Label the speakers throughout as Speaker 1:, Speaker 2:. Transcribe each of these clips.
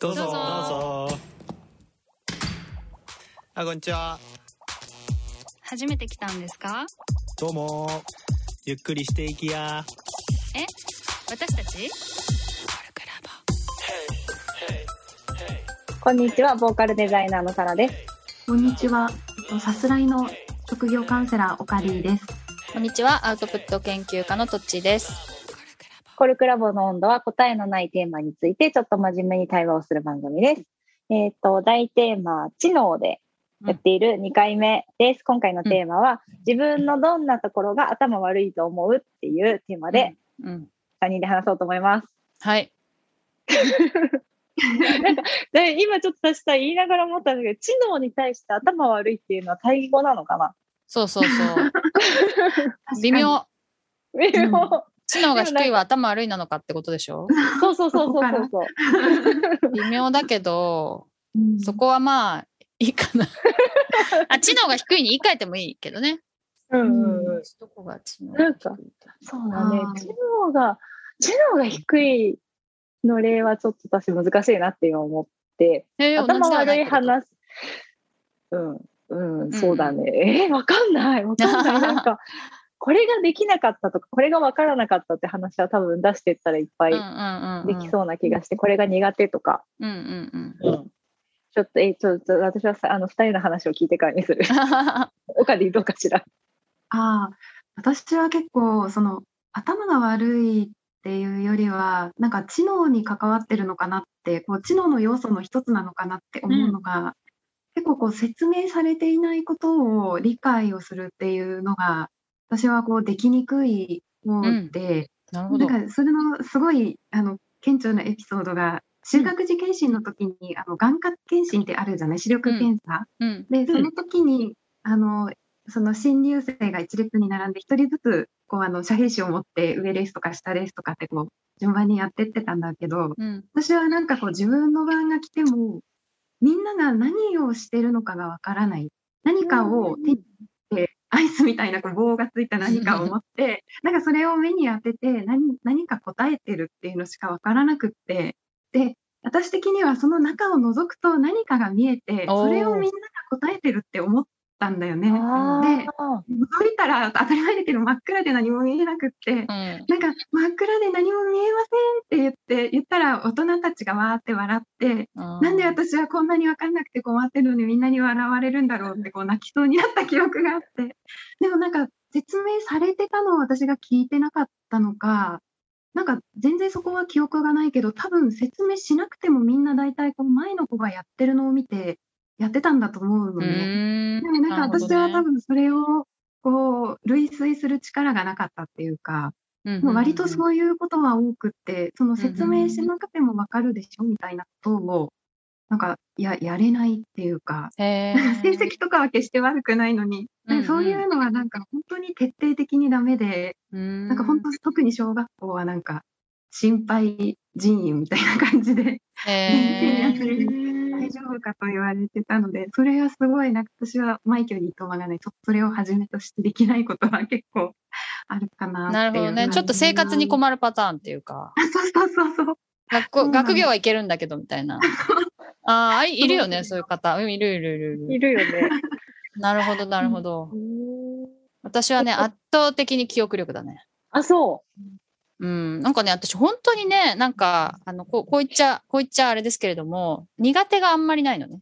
Speaker 1: どうぞ
Speaker 2: どうぞ
Speaker 1: あこんにちは
Speaker 2: 初めて来たんですか
Speaker 1: どうもゆっくりしていきや
Speaker 2: え私たち
Speaker 3: こんにちは、ボーカルデザイナーのサラです。
Speaker 4: こんにちは。えっとさすらいの職業カウンセラーオカリーです。
Speaker 5: こんにちは、アウトプット研究家のとっちーです。
Speaker 3: コルクラボの温度は答えのないテーマについてちょっと真面目に対話をする番組です。えっ、と、大テーマ、知能でやっている2回目です。今回のテーマは、自分のどんなところが頭悪いと思うっていうテーマで、
Speaker 5: うん。
Speaker 3: 3人で話そうと思います。
Speaker 5: はい。
Speaker 3: で今ちょっと確か言いながら思ったんだけど、知能に対して頭悪いっていうのは対義語なのかな
Speaker 5: そう そうそう。微妙。
Speaker 3: 微妙。
Speaker 5: 知能が低いは頭悪いなのかってことでしょ
Speaker 3: そうそうそうそうそうそう。
Speaker 5: 微妙だけど、
Speaker 4: うん。
Speaker 5: そこはまあ、いいかな。 あ、知能が低いに言い換えてもいいけどね。
Speaker 3: うんうんうん。
Speaker 5: どこが知能
Speaker 3: な
Speaker 5: が
Speaker 3: ん
Speaker 5: 低い
Speaker 3: か
Speaker 5: だ
Speaker 3: そうだね
Speaker 4: あ。ー
Speaker 3: 知能が、知能が低いの例はちょっと私難しいなって今思って、
Speaker 5: えー
Speaker 3: 頭悪い。
Speaker 5: 同じではなっ
Speaker 3: 話、
Speaker 5: て
Speaker 3: うん、うん、そうだね。えーわかんない、わかんない。なん か、これができなかったとか、これがわからなかったって話は多分出してったらいっぱい
Speaker 5: ことうんうんうん。
Speaker 3: できそうな気がして、これが苦手とか、
Speaker 5: うん。うんうん
Speaker 3: うんちょっと、えーちょっと、私はさあの、二人の話を聞いてからにする。 おかでどうかしら。
Speaker 4: ああ、私は結構その頭が悪いっていうよりは、なんか知能に関わってるのかなって、こう知能の要素の一つなのかなって思うのが、結構こう説明されていないことを理解をするっていうのが、私はこうできにくい方で、
Speaker 5: なるほ
Speaker 4: な
Speaker 5: ど。
Speaker 4: んかそれのすごいあの顕著なエピソードが修学時検診の時に、あの眼科検診ってあるじゃない視力検査、
Speaker 5: うん。
Speaker 4: でその時に、あのその新入生が一列に並んで一人ずつこうあの遮蔽紙を持って上ですとか下ですとかってこう順番にやってってたんだけど
Speaker 5: うん。
Speaker 4: 私はなんかこう自分の番が来てもみんなが何をしてるのかがわからない何かを手にアイスみたいなこう棒がついた何かを持って、なんかそれを目に当てて何、何か答えてるっていうのしかわからなくって、で、私的にはその中を覗くと何かが見えて、
Speaker 5: おー
Speaker 4: それをみんなが答えてるって思ったんだよね。覗
Speaker 3: あー
Speaker 4: いたら当たり前だけど真っ暗で何も見えなくって、
Speaker 5: う
Speaker 4: な
Speaker 5: ん。
Speaker 4: んか真っ暗で何も見えませんって言って、言ったら大人たちがわーって笑って、なんで私はこんなに分かんなくて困ってるのにみんなに笑われるんだろうってこう泣きそうになった記憶があってでもなんか説明されてたのを私が聞いてなかったのかなんか全然そこは記憶がないけど多分説明しなくてもみんな大体こう前の子がやってるのを見てやってたんだと思うの
Speaker 5: う
Speaker 4: ね。
Speaker 5: ーん
Speaker 4: でもなんか私は多分それをこう類推する力がなかったっていうか、もう割と
Speaker 5: う
Speaker 4: そういうことは多くって、その説明しなくてもわかるでしょみたいなことを、なんか、や、やれないっていうか、
Speaker 5: ん。へ
Speaker 4: 成
Speaker 5: ー
Speaker 4: 績とかは決して悪くないのに、
Speaker 5: うんうん
Speaker 4: そういうのはなんか本当に徹底的にダメで、
Speaker 5: な
Speaker 4: なんか本当特に小学校はなんか、心配人員みたいな感じで、
Speaker 5: へー
Speaker 4: 先生に 大丈夫かと言われてたので、それはすごい、なんか私はマイケルにいとまがない、ちょっとそれをはじめとしてできないことは結構あるかなっていう。
Speaker 5: なるほどね。ちょっと生活に
Speaker 4: ま
Speaker 5: 困るパターンっていうか、
Speaker 4: あそうそうそうそう。
Speaker 5: 学
Speaker 4: そう
Speaker 5: 校
Speaker 4: なんだ
Speaker 5: 学業はいけるんだけどみた いな。ああ、いいるよね、そういう方。うん、いるいるいるい
Speaker 3: い
Speaker 5: る。
Speaker 3: るよね。
Speaker 5: なるほど、なるほど。私はね、圧倒的に記憶力だね。
Speaker 3: あ、そう。
Speaker 5: うん、なんかね、私本当にね、なんか、あの、こう、こう言っちゃ、こう言っちゃあれですけれども、苦手があんまりないのね。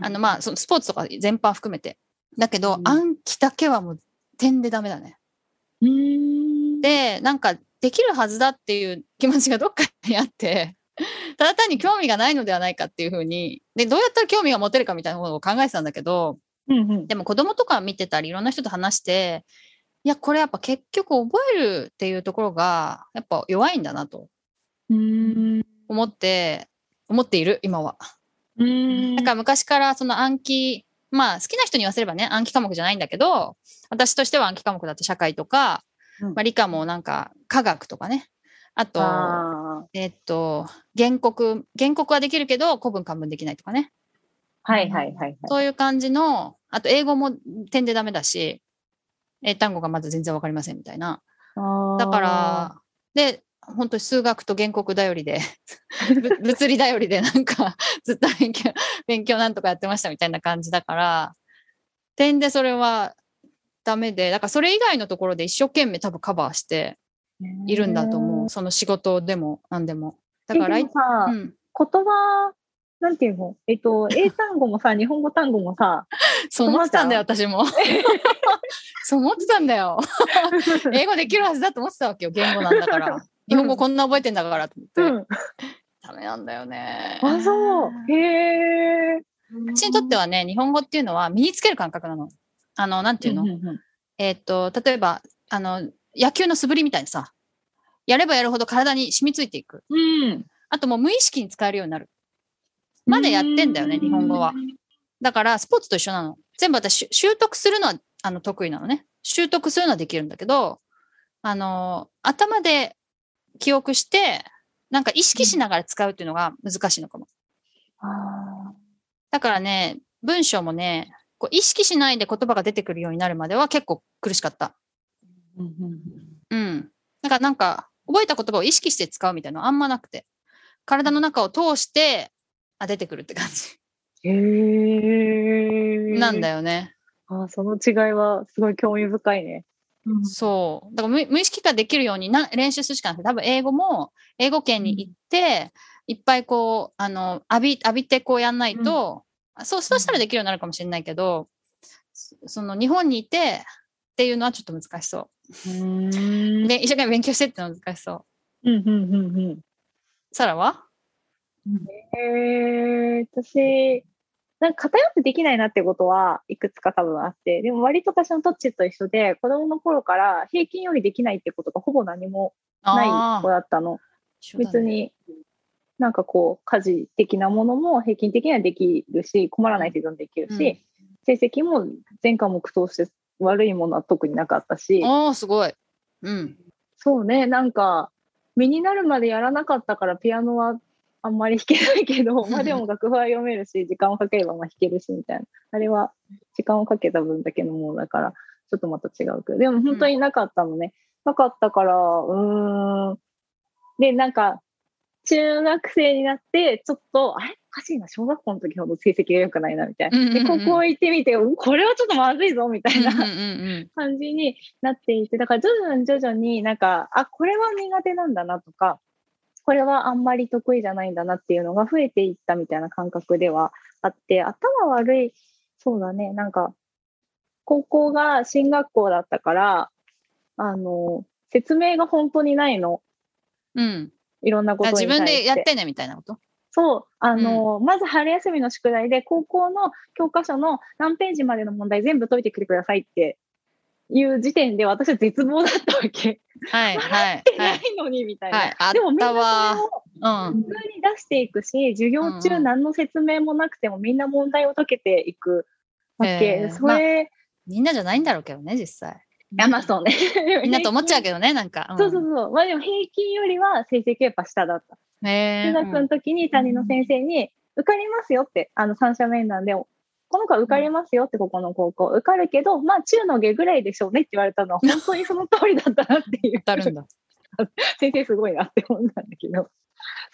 Speaker 5: あの、まあ、そのスポーツとか全般含めて。だけど、
Speaker 3: うん
Speaker 5: 暗記だけはもう点でダメだね。で、なんかできるはずだっていう気持ちがどっかにあって、ただ単に興味がないのではないかっていうふうに、で、どうやったら興味が持てるかみたいなことを考えてたんだけど、
Speaker 3: うんうん
Speaker 5: でも子供とか見てたり、いろんな人と話して、いや、これやっぱ結局覚えるっていうところが、やっぱ弱いんだなと
Speaker 4: うん。
Speaker 5: 思って、思っている、今は。
Speaker 3: うん
Speaker 5: なんか昔からその暗記、まあ好きな人に言わせればね、暗記科目じゃないんだけど、私としては暗記科目だと社会とか、
Speaker 3: うん
Speaker 5: まあ理科もなんか科学とかね、あと、
Speaker 3: あー
Speaker 5: えっと、原告、原告はできるけど、古文漢文できないとかね。
Speaker 3: はいはいはいはい。
Speaker 5: そういう感じの、あと英語も点でダメだし、英単語がまだ全然わかりま せんみたいな。だか、ら、で、本当に数学と原告頼りでぶ物理頼りでなんか ずっと勉強勉強なんとかやってましたみたいな感じだから点でそれはダメでだからそれ以外のところで一生懸命多分カバーしているんだと思うその仕事でも何でもだから
Speaker 3: えでもさ、
Speaker 5: うん、
Speaker 3: 言葉、なんていうのえっと、英単語もさ、 日本語単語も さ、
Speaker 5: そう思ってたんだよ私もそう思ってたんだよ英語できるはずだと思ってたわけよ言語なんだから日本語こんな覚えてんだからと思って、
Speaker 3: うん。
Speaker 5: ダメなんだよね
Speaker 3: あ、そう。へえ。
Speaker 5: 私にとってはね、日本語っていうのは身につける感覚なの。あの、なんていうの、
Speaker 3: うんうんうん
Speaker 5: えーっと、例えば、あの、野球の素振りみたいにさ、やればやるほど体に染みついていく。
Speaker 3: うん。
Speaker 5: あともう無意識に使えるようになる。までやってんだよね、日本語は。だから、スポーツと一緒なの。全部私、しゅ習得するのは、あの、得意なのね。習得するのはできるんだけど、あの、頭で記憶して、なんか意識しながら使うっていうのが難しいのかも。
Speaker 3: あ
Speaker 5: だからね、文章もね、こう意識しないで言葉が出てくるようになるまでは結構苦しかった。
Speaker 3: ーうんうんうん
Speaker 5: うん。だからなんか、覚えた言葉を意識して使うみたいなのあんまなくて。体の中を通して、あ、出てくるって感じ。
Speaker 3: へえ。
Speaker 5: なんだ
Speaker 3: よ。
Speaker 5: よね。
Speaker 3: あーその違いはすごい興味深いね。
Speaker 4: うん
Speaker 5: そう。だから無無意識化できるようにな練習するしかなくて、多分英語も、英語圏に行って、いっぱいこう、あの、浴び、浴びてこうやんないと、あそう、そうしたらできるようになるかもしれないけど、そその日本にいてっていうのはちょっと難しそう。
Speaker 3: うん。
Speaker 5: で、一生懸命勉強してってのは難しそう。
Speaker 3: うんうんうんうん。
Speaker 5: サラは
Speaker 3: えー、私、なんか偏ってできないなってことはいくつか多分あって、でも割と私のトッチと一緒で、子供の頃から平均よりできないってことがほぼ何もない子だったの。
Speaker 5: い
Speaker 3: 別。に、なんかこう、家事的なものも平均的にはできるし、困らない程度にできるし、成績も全科目通して悪いものは特になかったし、
Speaker 5: おおーすごい。うん。
Speaker 3: そうね、なんか、身になるまでやらなかったからピアノはあんまり弾けないけ ど、まあでも楽譜は読めるし、時間をかければまあ弾けるしみたいな。あれは時間をかけた分だけのものだから、ちょっとまた違うけど、でも本当になかったのね。なかったから、うーん。で、なんか、中学生になって、ちょっと、あれおかしいな、小学校の時ほど成績が良くないな、みたいな。
Speaker 5: うんうんう
Speaker 3: で、
Speaker 5: ん
Speaker 3: 高校行ってみて、うんこれはちょっとまずいぞ、みたいな。
Speaker 5: うんうん
Speaker 3: 感じになっていて、だから徐々に徐々になんか、あ、これは苦手なんだなとか、これはあんまり得意じゃないんだなっていうのが増えていったみたいな感覚ではあって、頭悪い、そうだね、なんか、高校が進学校だったから、あの、説明が本当にないの。
Speaker 5: うん。うん。
Speaker 3: いろん なこ
Speaker 5: あ
Speaker 3: とに対し
Speaker 5: 自
Speaker 3: て。
Speaker 5: 分でやってねみたいなこと
Speaker 3: そう、あの、まず春休みの宿題で、高校の教科書の何ページまでの問題全部解いてきてくださいっていう時点で、私は絶望だったわけ。
Speaker 5: はいはいは
Speaker 3: ない
Speaker 5: い。
Speaker 3: のに、みたいな。
Speaker 5: はい、あっ
Speaker 3: でもみんな
Speaker 5: た
Speaker 3: それ
Speaker 5: わ
Speaker 3: を
Speaker 5: ー。うん。
Speaker 3: 普通に出していくし、授業
Speaker 5: うんう
Speaker 3: 中
Speaker 5: ん
Speaker 3: 何の説明もなくてもみんな問題を解けていくわけ。
Speaker 5: へー
Speaker 3: それ、
Speaker 5: みんなじゃないんだろうけどね、実際。
Speaker 3: やまあそうね。
Speaker 5: みんなと思っちゃう
Speaker 3: け
Speaker 5: けどね、なんか。ん
Speaker 3: そうそうそう。まあでも平均よりは成績やっぱ下だった。
Speaker 5: へ
Speaker 3: 中
Speaker 5: え。
Speaker 3: 学の時に担任の先生に、受かりますよって、あの、三者面談で、この子は受かりますよって、ここの高校。受かるけど、まあ、中の下ぐらいでしょうねって言われたの は、本当にその通りだったなっていう。
Speaker 5: 当たるんだ。
Speaker 3: 先生すごいなって思ったんだけど。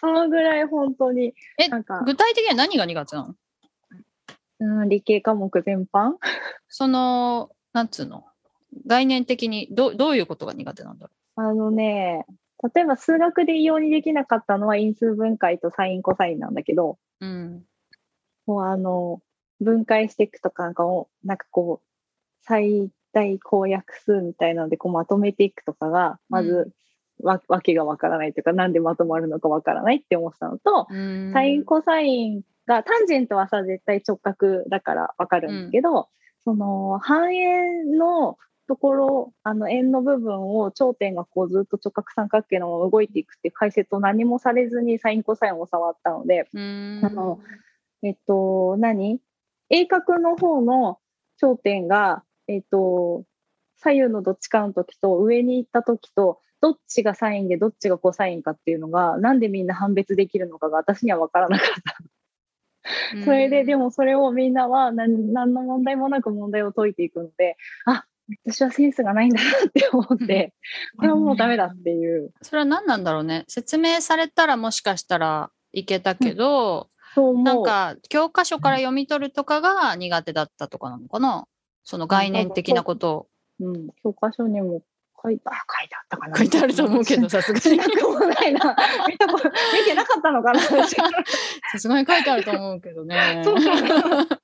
Speaker 3: そのぐらい本当に、
Speaker 5: え
Speaker 3: なんか、
Speaker 5: 具体的には何が苦手なの
Speaker 3: うん、理系科目全般
Speaker 5: その、なんつうの概念的にど、どういうことが苦手なんだろ
Speaker 3: あのね、例えば数学で異様にできなかったのは因数分解とサインコサインなんだけど、
Speaker 5: う。うん。
Speaker 3: もうあの、分解していくとかなんかを、なんかこう、最大公約数みたいなので、こうまとめていくとかが、まず、わ、わけがわからないというか、なんでまとまるのかわからないって思ってたのと、
Speaker 5: うん
Speaker 3: サインコサインが、タンジェントはさ、絶対直角だからわかるんだけど、その、半円のところ、あの、円の部分を頂点がこうずっと直角三角形のまま動いていくっていう解説を何もされずにサインコサインを教わったので、
Speaker 5: うん
Speaker 3: あの、えっと、何鋭角の方の頂点が、えっと、左右のどっちかの時と上に行った時と、どっちがサインでどっちがコサインかっていうのが、なんでみんな判別できるのかが私には分からなかった。それで、でもそれをみんなは何何の問題もなく問題を解いていくので、あ、私はセンスがないんだなって思って、
Speaker 4: ん
Speaker 3: これはもうダメだっていう。
Speaker 5: それは何なんだろうね。説明されたらもしかしたらいけたけど、
Speaker 3: そう思う。
Speaker 5: なんか教科書から読み取るとかが苦手だったとかなのかなその概念的なことを
Speaker 3: うん、教科書にも書いて、あ、書いてあったかな。
Speaker 5: 書いてあると思うけど、。さすがに
Speaker 3: な。くもないな。見たこと、見てなかったのかな。私本
Speaker 5: さすがに書いてあると思うけどね。
Speaker 3: そうか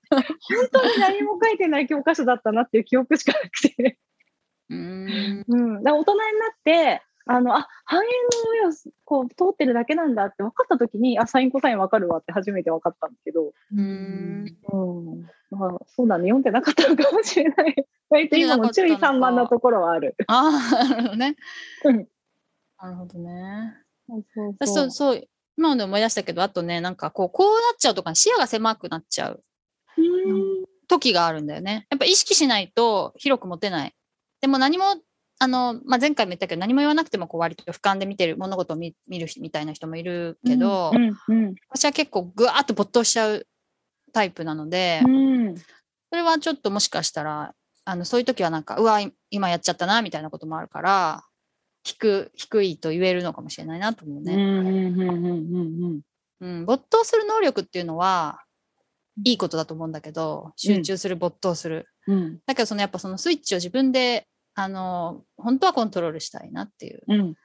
Speaker 3: 当に何も書いてない教科書だったなっていう記憶しかなくて。
Speaker 5: うーん。
Speaker 3: うん。だから大人になって、あの、あ、半円の上をこう通ってるだけなんだって分かったときに、あ、サインコサイン分かるわって初めて分かったんだけど。
Speaker 5: うー ん
Speaker 3: うん。まあ、そうだね。読んでなかったのかもしれない。 割と今も注意散漫なところはある。
Speaker 5: ああ、なるほどね
Speaker 3: うん。
Speaker 5: なるほどね。
Speaker 3: そうそう
Speaker 5: 私そう、そう、今ので思い出したけど、あとね、なんかこう、こうなっちゃうとか、視野が狭くなっちゃう
Speaker 3: うん
Speaker 5: 時があるんだよね。やっぱ意識しないと広く持てない。でも何も、あの、まあ、前回も言ったけど、何も言わなくても、こう、割と俯瞰で見てる、物事を見見る人みたいな人もいるけど、
Speaker 3: うんうん
Speaker 5: 私は結構ぐわーっと没頭しちゃうタイプなので、
Speaker 3: うん。
Speaker 5: それはちょっともしかしたら、あの、そういう時はなんか、うわ、い今やっちゃったな、みたいなこともあるから、低低いと言えるのかもしれないなと思うね。
Speaker 3: うんうんうんうんうん。
Speaker 5: うん、没頭する能力っていうのは、いいことだと思うんだけど、集中する、没頭する。
Speaker 3: うん
Speaker 5: だけど、そのやっぱそのスイッチを自分で、あの、本当はコントロールしたいなっていう。
Speaker 3: うん
Speaker 5: だか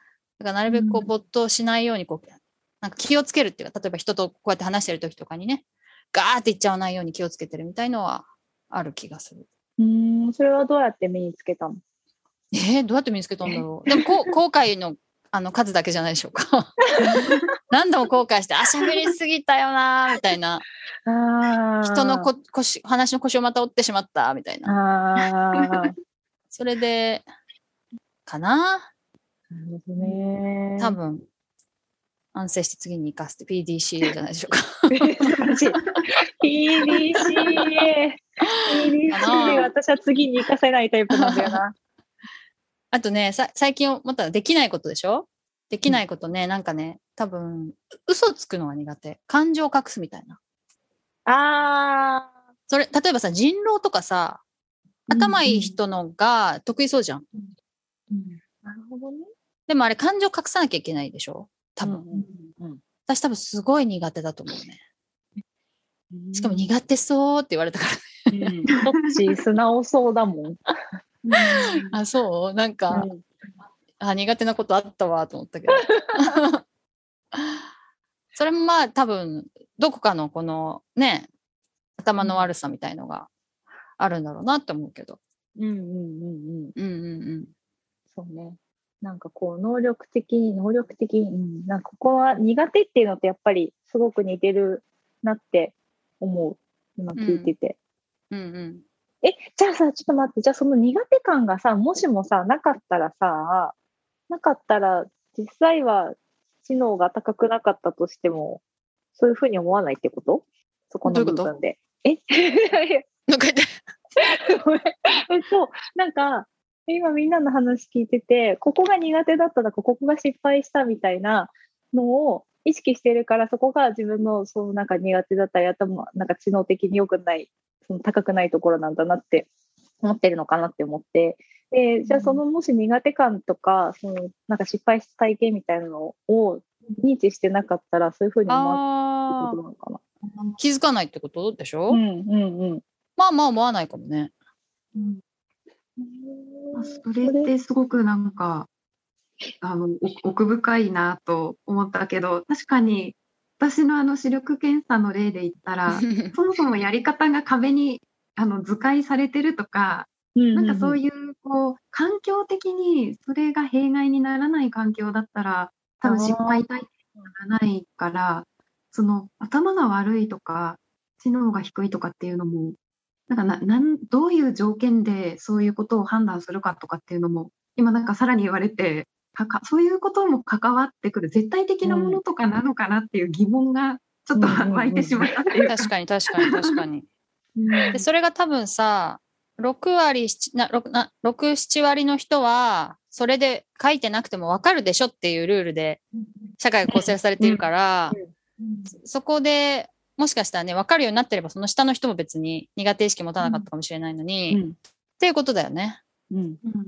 Speaker 5: ら、なるべくこ
Speaker 4: う
Speaker 5: う、没頭しないように、こう、なんか気をつけるっていうか、例えば人とこうやって話してる時とかにね、ガーっていっちゃわないように気をつけてるみたいのはある気がする。
Speaker 3: うん、それはどうやって身につけたの
Speaker 5: えー、どうやって見つけたんだろう。でもこう後悔のあの数だけじゃないでしょうか。何度も後悔して、あ、喋りすぎたよなーみたいな。
Speaker 3: あー
Speaker 5: 人のこ腰話の腰をまた折ってしまったみたいな。
Speaker 3: ああ、
Speaker 5: それで、かな
Speaker 3: なるほどね。
Speaker 5: 多分、安静して次に生かすって PDCA じゃないでしょうか。
Speaker 3: 難しい。PDCA。PDCA、私は次に行かせないタイプなんだよな。
Speaker 5: あとね、さ最近思ったらできないことでしょできないことね、なんかね、多分、う嘘つくのが苦手。感情を隠すみたいな。
Speaker 3: ああ。
Speaker 5: それ、例えばさ、人狼とかさ、頭いい人のが得意そうじゃん。
Speaker 3: なるほどね。
Speaker 5: でもあれ感情隠さなきゃいけないでしょ多分、
Speaker 3: うん
Speaker 5: 私多分すごい苦手だと思うね。
Speaker 3: うん
Speaker 5: しかも苦手そうって言われたから。
Speaker 3: うんどっち素直そうだもん。
Speaker 5: あ、そうなんか、
Speaker 3: うん
Speaker 5: あ、苦手なことあったわと思ったけど。 それもまあ多分、どこかのこのね、頭の悪さみたいのがあるんだろうなって思うけど。
Speaker 3: うんうんうんうん。
Speaker 5: うんうんうん。
Speaker 3: そうね。なんかこう、能力的に、能力的に、うん、なんかここは苦手っていうのとやっぱりすごく似てるなって思う。今聞いてて。
Speaker 5: うんうん。
Speaker 3: え、じゃあさ、ちょっと待って、じゃあその苦手感がさ、もしもさ、なかったらさ、なかったら、実際は知能が高くなかったとしても、そういうふうに思わないってことそこ
Speaker 5: ど
Speaker 3: の
Speaker 5: ういう
Speaker 3: 部
Speaker 5: こと
Speaker 3: 分で。え
Speaker 5: なんか言って
Speaker 3: ごめんえっと、なんか、今みんなの話聞いてて、ここが苦手だったとか、ここが失敗したみたいなのを意識してるから、そこが自分の、そのなんか苦手だったり、頭、なんか知能的に良くない、その高くないところなんだなって思ってるのかなって思って。で、じゃあそのもし苦手感とか、そのなんか失敗した体験みたいなのを認知してなかったら、そういうふうに思わないっ
Speaker 5: あ
Speaker 3: てこと
Speaker 5: ー
Speaker 3: なのかな。
Speaker 5: 気づかないってことでしょ、
Speaker 3: うんうんうん。
Speaker 5: まあまあ思わないかもね。
Speaker 4: うんそれってすごくなんかあのお奥深いなと思ったけど確かに私のあの視力検査の例で言ったらそもそもやり方が壁にあの図解されてるとかなんかそう
Speaker 3: い
Speaker 4: いうこう環境的にそれが弊害にならない環境だったら多分失敗体験にならないからその頭が悪いとか知能が低いとかっていうのもなんかななんどういう条件でそういうことを判断するかとかっていうのも今なんかさらに言われてかかそういうことも関わってくる絶対的なものとかなのかなっていう疑問がちょっと
Speaker 3: うんうんうん
Speaker 4: 湧いてしまったっていうか。
Speaker 5: 確かに確かに確かに。でそれが多分さ6割7な6な67割の人はそれで書いてなくても分かるでしょっていうルールで社会が構成されているから、そこでもしかしたらね分かるようになってればその下の人も別に苦手意識持たなかったかもしれないのに、
Speaker 3: うん
Speaker 5: っていうことだよね。
Speaker 3: ううん。
Speaker 4: うん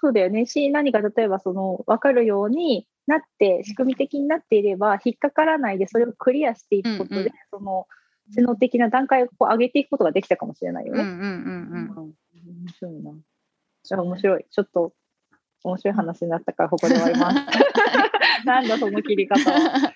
Speaker 3: そうだよね。し、何か例えばその、わかるようになって、仕組み的になっていれば、引っかからないで、それをクリアしていくことで、
Speaker 5: うんうん
Speaker 3: その、知能的な段階をこう上げていくことができたかもしれないよ
Speaker 5: うんう
Speaker 3: ね。
Speaker 5: んうん
Speaker 3: うん面白いな。じゃあ面白い。ちょっと面白い話になったからここで終わり ます。なんだその切り方は。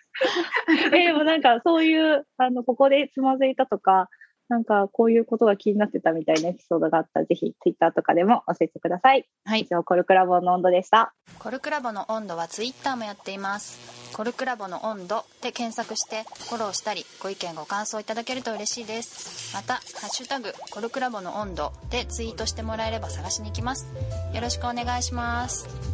Speaker 3: えでもなんかそういうあのここでつまずいたとか。なんかこういうことが気になってたみたいなエピソードがあったらぜひツイッターとかでも教えてください。
Speaker 5: はい
Speaker 3: 以上コルクラボの温度でした。
Speaker 6: コルクラボの温度はツイッターもやっていますコルクラボの温度で検索してフォローしたりご意見ご感想いただけると嬉しいですまた「ハッシュタグコルクラボの温度」でツイートしてもらえれば探しに行きますよろしくお願いします